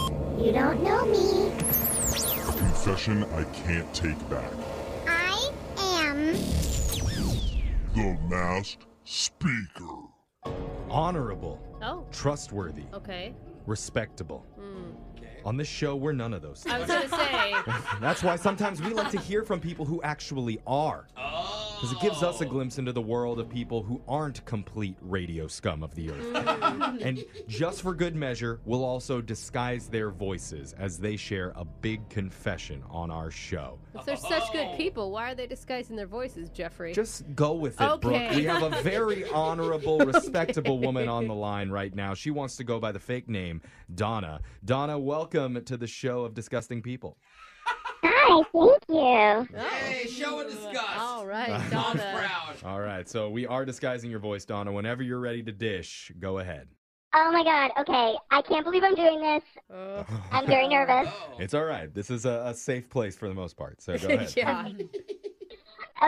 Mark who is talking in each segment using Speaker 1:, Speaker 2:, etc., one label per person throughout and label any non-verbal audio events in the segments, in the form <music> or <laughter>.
Speaker 1: You don't know me.
Speaker 2: A confession I can't take back.
Speaker 1: I am.
Speaker 2: The Masked Speaker.
Speaker 3: Honorable,
Speaker 4: Oh,
Speaker 3: trustworthy,
Speaker 4: okay.
Speaker 3: respectable. On this show, we're none of those
Speaker 4: I
Speaker 3: things.
Speaker 4: was gonna say,
Speaker 3: That's why sometimes we like to hear from people who actually are. Because it gives us a glimpse into the world of people who aren't complete radio scum of the earth. and just for good measure, we'll also disguise their voices as they share a big confession on our show.
Speaker 4: if they're such <laughs> good people, why are they disguising their voices, Jeffrey?
Speaker 3: Just go with it, Brooke.
Speaker 4: Okay.
Speaker 3: We have a very honorable, respectable woman on the line right now. She wants to go by the fake name, Donna. Donna, welcome to the show of Disgusting People.
Speaker 1: Hi, thank you.
Speaker 5: Hey, show and discuss.
Speaker 4: Oh.
Speaker 3: <laughs>
Speaker 4: All right,
Speaker 5: I'm
Speaker 4: Donna.
Speaker 5: proud.
Speaker 3: All right, so we are disguising your voice, Donna. Whenever you're ready to dish, go ahead.
Speaker 1: Oh my god, okay. I can't believe I'm doing this.
Speaker 4: Uh,
Speaker 1: I'm <laughs> very nervous.
Speaker 5: Oh.
Speaker 3: It's all right. This is a, a safe place for the most part, so <laughs>
Speaker 4: <laughs>
Speaker 3: go ahead.
Speaker 4: yeah.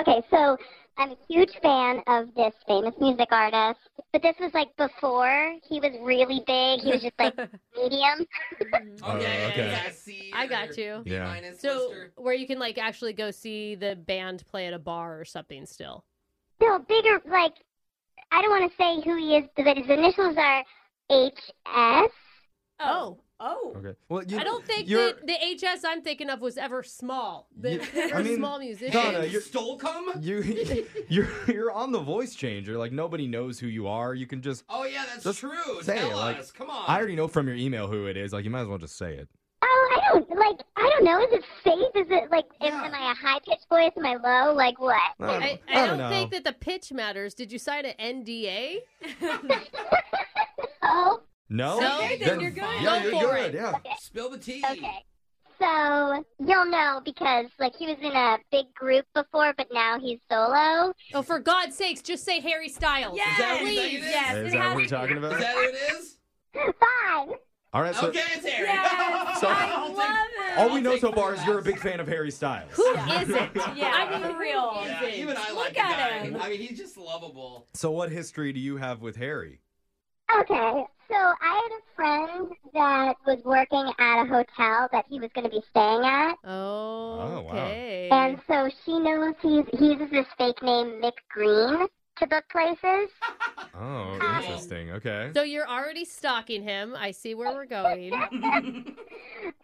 Speaker 1: Okay, so I'm a huge fan of this famous music artist, but this was like before he was really big. He was just <laughs> like medium.
Speaker 4: Oh,
Speaker 3: Uh,
Speaker 5: Oh. okay,
Speaker 3: okay.
Speaker 5: yeah, I see.
Speaker 4: I got
Speaker 5: your
Speaker 4: you.
Speaker 5: B
Speaker 3: Yeah.
Speaker 5: minus
Speaker 4: So,
Speaker 5: lister.
Speaker 4: where you can like actually go see the band play at a bar or something still.
Speaker 1: No, bigger, like, I don't want to say who he is, but his initials are HS.
Speaker 4: Oh,
Speaker 6: Oh.
Speaker 3: Okay. Well, you,
Speaker 4: I don't think
Speaker 3: you're-
Speaker 4: that the HS I'm thinking of was ever small. <laughs> The,
Speaker 3: You-
Speaker 4: they were
Speaker 3: I mean,
Speaker 4: small musicians.
Speaker 3: Donna,
Speaker 5: Hey,
Speaker 3: you're-
Speaker 5: stole cum?
Speaker 4: <laughs>
Speaker 3: you you're you're on the voice changer. Like nobody knows who you are. You can just.
Speaker 5: Oh yeah, that's
Speaker 3: Just
Speaker 5: true.
Speaker 3: say
Speaker 5: Tell
Speaker 3: it, like,
Speaker 5: us. Come on.
Speaker 3: I already know from your email who it is. Like you might as well just say it.
Speaker 1: Oh, I don't, like, I don't know. Is it fake? Is it, like, am-
Speaker 5: Yeah.
Speaker 1: am I a high pitched voice? Am I low? Like, what? <laughs>
Speaker 3: I don't,
Speaker 4: I,
Speaker 3: I
Speaker 4: I don't
Speaker 3: know.
Speaker 4: think that the pitch matters. Did you sign an NDA?
Speaker 1: Oh,
Speaker 3: No.
Speaker 4: No? Okay,
Speaker 6: then you're good.
Speaker 3: Yeah,
Speaker 4: Go
Speaker 3: you're
Speaker 4: for
Speaker 3: good.
Speaker 4: it.
Speaker 3: Yeah.
Speaker 5: Spill the tea.
Speaker 1: okay. So, you'll know because, like, he was in a big group before, but now he's solo. <laughs>
Speaker 4: Oh, for God's sakes, just say Harry Styles.
Speaker 6: Yes.
Speaker 5: that what you think
Speaker 4: please.
Speaker 5: it is?
Speaker 6: Yes.
Speaker 3: Is
Speaker 6: it
Speaker 3: that what
Speaker 6: has-
Speaker 3: we're talking
Speaker 5: Is
Speaker 3: about?
Speaker 5: that who it is?
Speaker 1: Fine.
Speaker 3: All right. So
Speaker 5: okay, it's Harry.
Speaker 6: Yes.
Speaker 3: So-
Speaker 6: I
Speaker 5: <laughs> I'll take-
Speaker 6: love it.
Speaker 3: all we know
Speaker 5: take
Speaker 3: so
Speaker 5: the
Speaker 3: far is you're a
Speaker 5: last.
Speaker 3: big fan of Harry Styles.
Speaker 4: Who is <laughs> it?
Speaker 6: Yeah,
Speaker 4: I mean,
Speaker 6: for real.
Speaker 4: who is
Speaker 5: Yeah,
Speaker 4: it?
Speaker 5: even I like
Speaker 6: Look
Speaker 5: the
Speaker 6: at
Speaker 5: guy.
Speaker 6: him.
Speaker 5: I mean, he's just
Speaker 6: <laughs>
Speaker 5: lovable.
Speaker 3: So what history do you have with Harry?
Speaker 1: Okay, so I had a friend that was working at a hotel that he was going to be staying at,
Speaker 4: Oh,
Speaker 3: wow.
Speaker 4: okay.
Speaker 1: and so she knows he's he uses this fake name Mick Green to book places.
Speaker 3: Oh,
Speaker 1: Hi.
Speaker 3: interesting. Okay.
Speaker 4: So you're already stalking him. I see where we're going.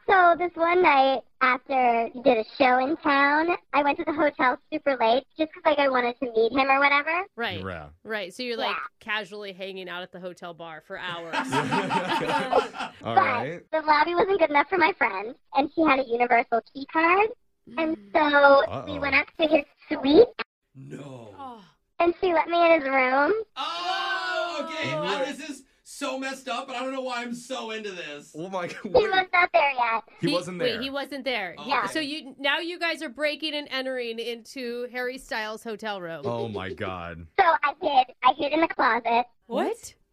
Speaker 1: So this one night after he did a show in town, I went to the hotel super late just 'cause like I wanted to meet him or whatever.
Speaker 4: Right.
Speaker 3: Yeah.
Speaker 4: Right. So you're like
Speaker 1: Yeah.
Speaker 4: casually hanging out at the hotel bar
Speaker 3: <laughs>
Speaker 4: for hours.
Speaker 3: All
Speaker 1: but
Speaker 3: right.
Speaker 1: the lobby wasn't good enough for my friend, and she had a universal key card, and so we
Speaker 3: Uh-oh.
Speaker 1: went up to his suite,
Speaker 5: no.
Speaker 6: Oh.
Speaker 1: and she let me in his room.
Speaker 5: Oh, okay.
Speaker 3: Oh.
Speaker 5: Now, this is so messed up, but I don't know why I'm so into this.
Speaker 3: Oh my God. <laughs>
Speaker 1: He was not there yet.
Speaker 3: He, wasn't there.
Speaker 4: Wait, he wasn't there.
Speaker 5: Oh,
Speaker 6: Uh-huh.
Speaker 4: yeah.
Speaker 5: okay.
Speaker 4: So you now you guys are breaking and entering into Harry Styles' hotel room.
Speaker 3: oh my God.
Speaker 1: So I hid. I hid in the closet.
Speaker 6: What?
Speaker 5: <laughs>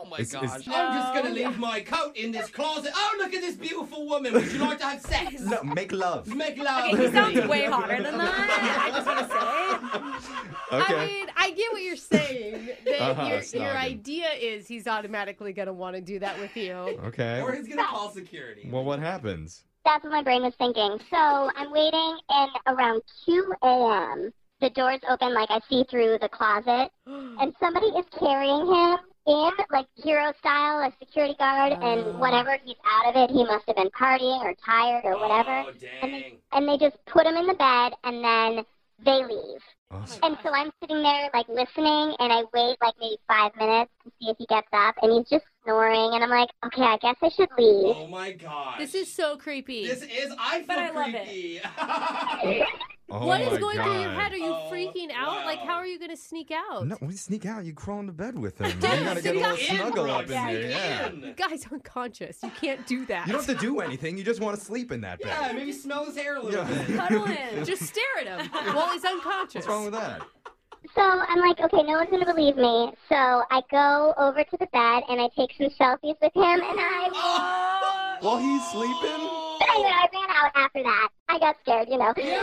Speaker 5: Oh my
Speaker 3: It's-
Speaker 5: gosh.
Speaker 3: it's-
Speaker 5: I'm just gonna leave my coat in this closet. Oh, look at this beautiful woman. Would you like to have
Speaker 3: <laughs>
Speaker 5: sex?
Speaker 3: No, make
Speaker 5: <laughs>
Speaker 3: love.
Speaker 5: Make love.
Speaker 6: Okay, he
Speaker 5: with me.
Speaker 6: sounds
Speaker 5: <laughs>
Speaker 6: way hotter than
Speaker 4: <laughs>
Speaker 6: that. I just want to say it.
Speaker 4: I
Speaker 3: Okay.
Speaker 4: mean, I get what
Speaker 3: <laughs>
Speaker 4: you're saying. That
Speaker 3: Uh-huh,
Speaker 4: your,
Speaker 3: snogging.
Speaker 4: your idea is he's automatically going to want to do that
Speaker 3: <laughs>
Speaker 4: with you.
Speaker 3: Okay.
Speaker 5: Or he's gonna call security.
Speaker 3: Well, what happens?
Speaker 1: That's what my brain was thinking. So I'm waiting, and around 2 a.m., the doors open like I see through the closet, and somebody is carrying him in, like hero style, a security guard, and whenever he's out of it, he must have been partying or tired or whatever.
Speaker 5: Oh, dang.
Speaker 1: And they just put him in the bed, and then they leave.
Speaker 3: Oh,
Speaker 1: And so I'm sitting there, like, listening, and I wait, like, maybe five minutes to see if he gets up, and he's just snoring, and I'm like, okay, I guess I should leave.
Speaker 5: Oh my gosh.
Speaker 4: This is so creepy.
Speaker 5: This is. I feel
Speaker 6: But I love it.
Speaker 5: creepy. <laughs>
Speaker 3: oh
Speaker 4: What is
Speaker 3: my
Speaker 4: going through your
Speaker 3: God.
Speaker 4: head? Are you
Speaker 5: Oh,
Speaker 4: freaking out? Like,
Speaker 5: wow.
Speaker 4: how are you going to sneak out?
Speaker 3: No, when you sneak out, you crawl into bed with him. you gotta get a little
Speaker 5: Sneak in,
Speaker 3: snuggle up
Speaker 5: Brooke,
Speaker 3: in
Speaker 6: Yeah,
Speaker 3: there.
Speaker 5: sneak
Speaker 3: Yeah.
Speaker 5: in.
Speaker 4: You guys are unconscious. You can't do that.
Speaker 3: You don't have to do anything. You just want to sleep in that
Speaker 5: Yeah,
Speaker 3: bed.
Speaker 5: maybe smell his hair a little
Speaker 3: Yeah. <laughs>
Speaker 5: bit.
Speaker 6: Cuddle in.
Speaker 4: Just stare at him while he's unconscious.
Speaker 3: What's wrong with that?
Speaker 1: So I'm like, okay, no one's gonna believe me. So I go over to the bed and I take some selfies with him, and I, <laughs>
Speaker 5: Oh.
Speaker 3: While he's sleeping?
Speaker 1: but anyway, I ran out after that. I got scared, you know.
Speaker 5: Yeah.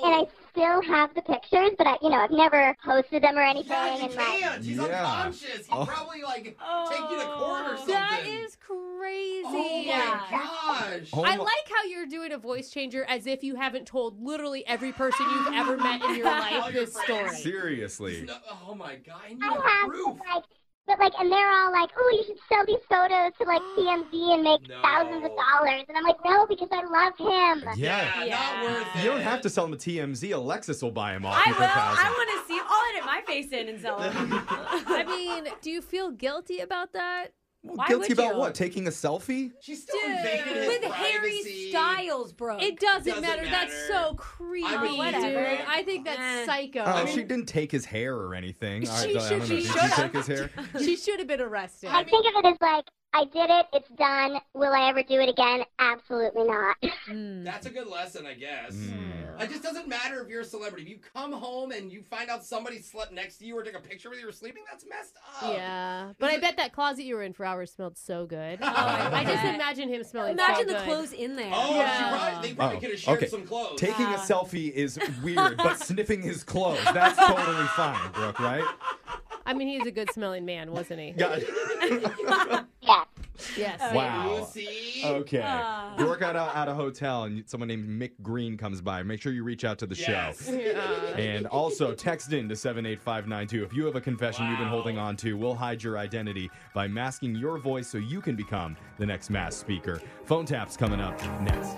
Speaker 1: And I
Speaker 5: Oh.
Speaker 1: still have the pictures, but I, you know, I've never posted them or anything.
Speaker 5: Yeah,
Speaker 1: and
Speaker 5: he
Speaker 1: like,
Speaker 5: can't. He's
Speaker 3: Yeah.
Speaker 5: unconscious. He'd
Speaker 3: Oh.
Speaker 5: probably like
Speaker 6: Oh.
Speaker 5: take you to court or something.
Speaker 4: That is crazy.
Speaker 5: Oh my
Speaker 6: Yeah.
Speaker 5: gosh.
Speaker 3: Home-
Speaker 4: I like how you're doing a voice changer as if you haven't told literally every person you've ever met in your
Speaker 5: <laughs> All
Speaker 4: life
Speaker 5: your
Speaker 4: this
Speaker 5: friends.
Speaker 4: story.
Speaker 3: Seriously.
Speaker 5: No- oh my god, I need
Speaker 1: I
Speaker 5: a
Speaker 1: have
Speaker 5: proof.
Speaker 1: like, but like, and they're all like, "Oh, you should sell these photos to like TMZ and make
Speaker 5: <gasps> No.
Speaker 1: thousands of dollars." And I'm like, "No, because I love him."
Speaker 3: Yeah.
Speaker 5: Yeah,
Speaker 6: Yeah.
Speaker 5: not worth it.
Speaker 3: You don't
Speaker 5: <laughs>
Speaker 3: have to sell them a TMZ. Alexis will buy them off
Speaker 6: I
Speaker 3: you
Speaker 6: will.
Speaker 3: for
Speaker 6: I
Speaker 3: thousands.
Speaker 6: want to see. I'll edit my face in and sell
Speaker 4: I
Speaker 6: it.
Speaker 4: mean, do you feel guilty about that?
Speaker 3: Well,
Speaker 6: why
Speaker 3: guilty
Speaker 6: would
Speaker 3: about
Speaker 6: you?
Speaker 3: what? Taking a selfie?
Speaker 5: She's still invading his
Speaker 6: Dude, with Harry
Speaker 5: privacy.
Speaker 6: Styles, bro.
Speaker 4: It doesn't,
Speaker 5: Doesn't
Speaker 4: matter. That's
Speaker 5: matter.
Speaker 4: so creepy,
Speaker 5: I mean,
Speaker 4: dude.
Speaker 6: whatever.
Speaker 4: I think that's
Speaker 6: Eh.
Speaker 4: psycho.
Speaker 3: Oh,
Speaker 5: I mean-
Speaker 3: she didn't take his hair or anything. All right,
Speaker 4: She
Speaker 3: I don't know.
Speaker 4: should-
Speaker 3: Did
Speaker 4: she
Speaker 3: she
Speaker 4: should
Speaker 3: take
Speaker 4: have.
Speaker 3: his hair?
Speaker 4: <laughs> she should have been arrested.
Speaker 1: I think of it as like, I did it, it's done. Will I ever do it again? Absolutely not. <laughs>
Speaker 6: Mm.
Speaker 5: That's a good lesson, I guess.
Speaker 3: Mm.
Speaker 5: It just doesn't matter if you're a celebrity. If you come home and you find out somebody slept next to you or took a picture with you or sleeping, that's messed up. <laughs>
Speaker 4: Yeah, but I bet that closet you were in for hours smelled so good.
Speaker 5: Oh, I
Speaker 4: I just
Speaker 6: bet.
Speaker 4: imagine him smelling.
Speaker 6: Imagine
Speaker 4: so
Speaker 6: the
Speaker 4: good.
Speaker 6: clothes in there.
Speaker 5: Oh,
Speaker 4: Yeah.
Speaker 5: she probably, they probably
Speaker 3: Oh,
Speaker 5: could have shared
Speaker 3: okay.
Speaker 5: some clothes.
Speaker 3: Taking a
Speaker 6: Yeah.
Speaker 3: selfie is weird, but sniffing his clothes, that's totally fine, Brooke, right?
Speaker 4: I mean, he's a good smelling man, wasn't
Speaker 5: <laughs>
Speaker 4: he?
Speaker 3: Yeah.
Speaker 1: Yeah.
Speaker 4: Yes.
Speaker 5: You
Speaker 3: wow.
Speaker 5: see?
Speaker 3: Okay.
Speaker 6: Ah.
Speaker 3: Brooke got out at a hotel and someone named Mick Green comes by. Make sure you reach out to the
Speaker 5: Yes.
Speaker 3: show. And also text in to 78592 if you have a confession you've been
Speaker 5: Wow.
Speaker 3: holding on to. We'll hide your identity by masking your voice so you can become the next mass speaker. Phone taps coming up next.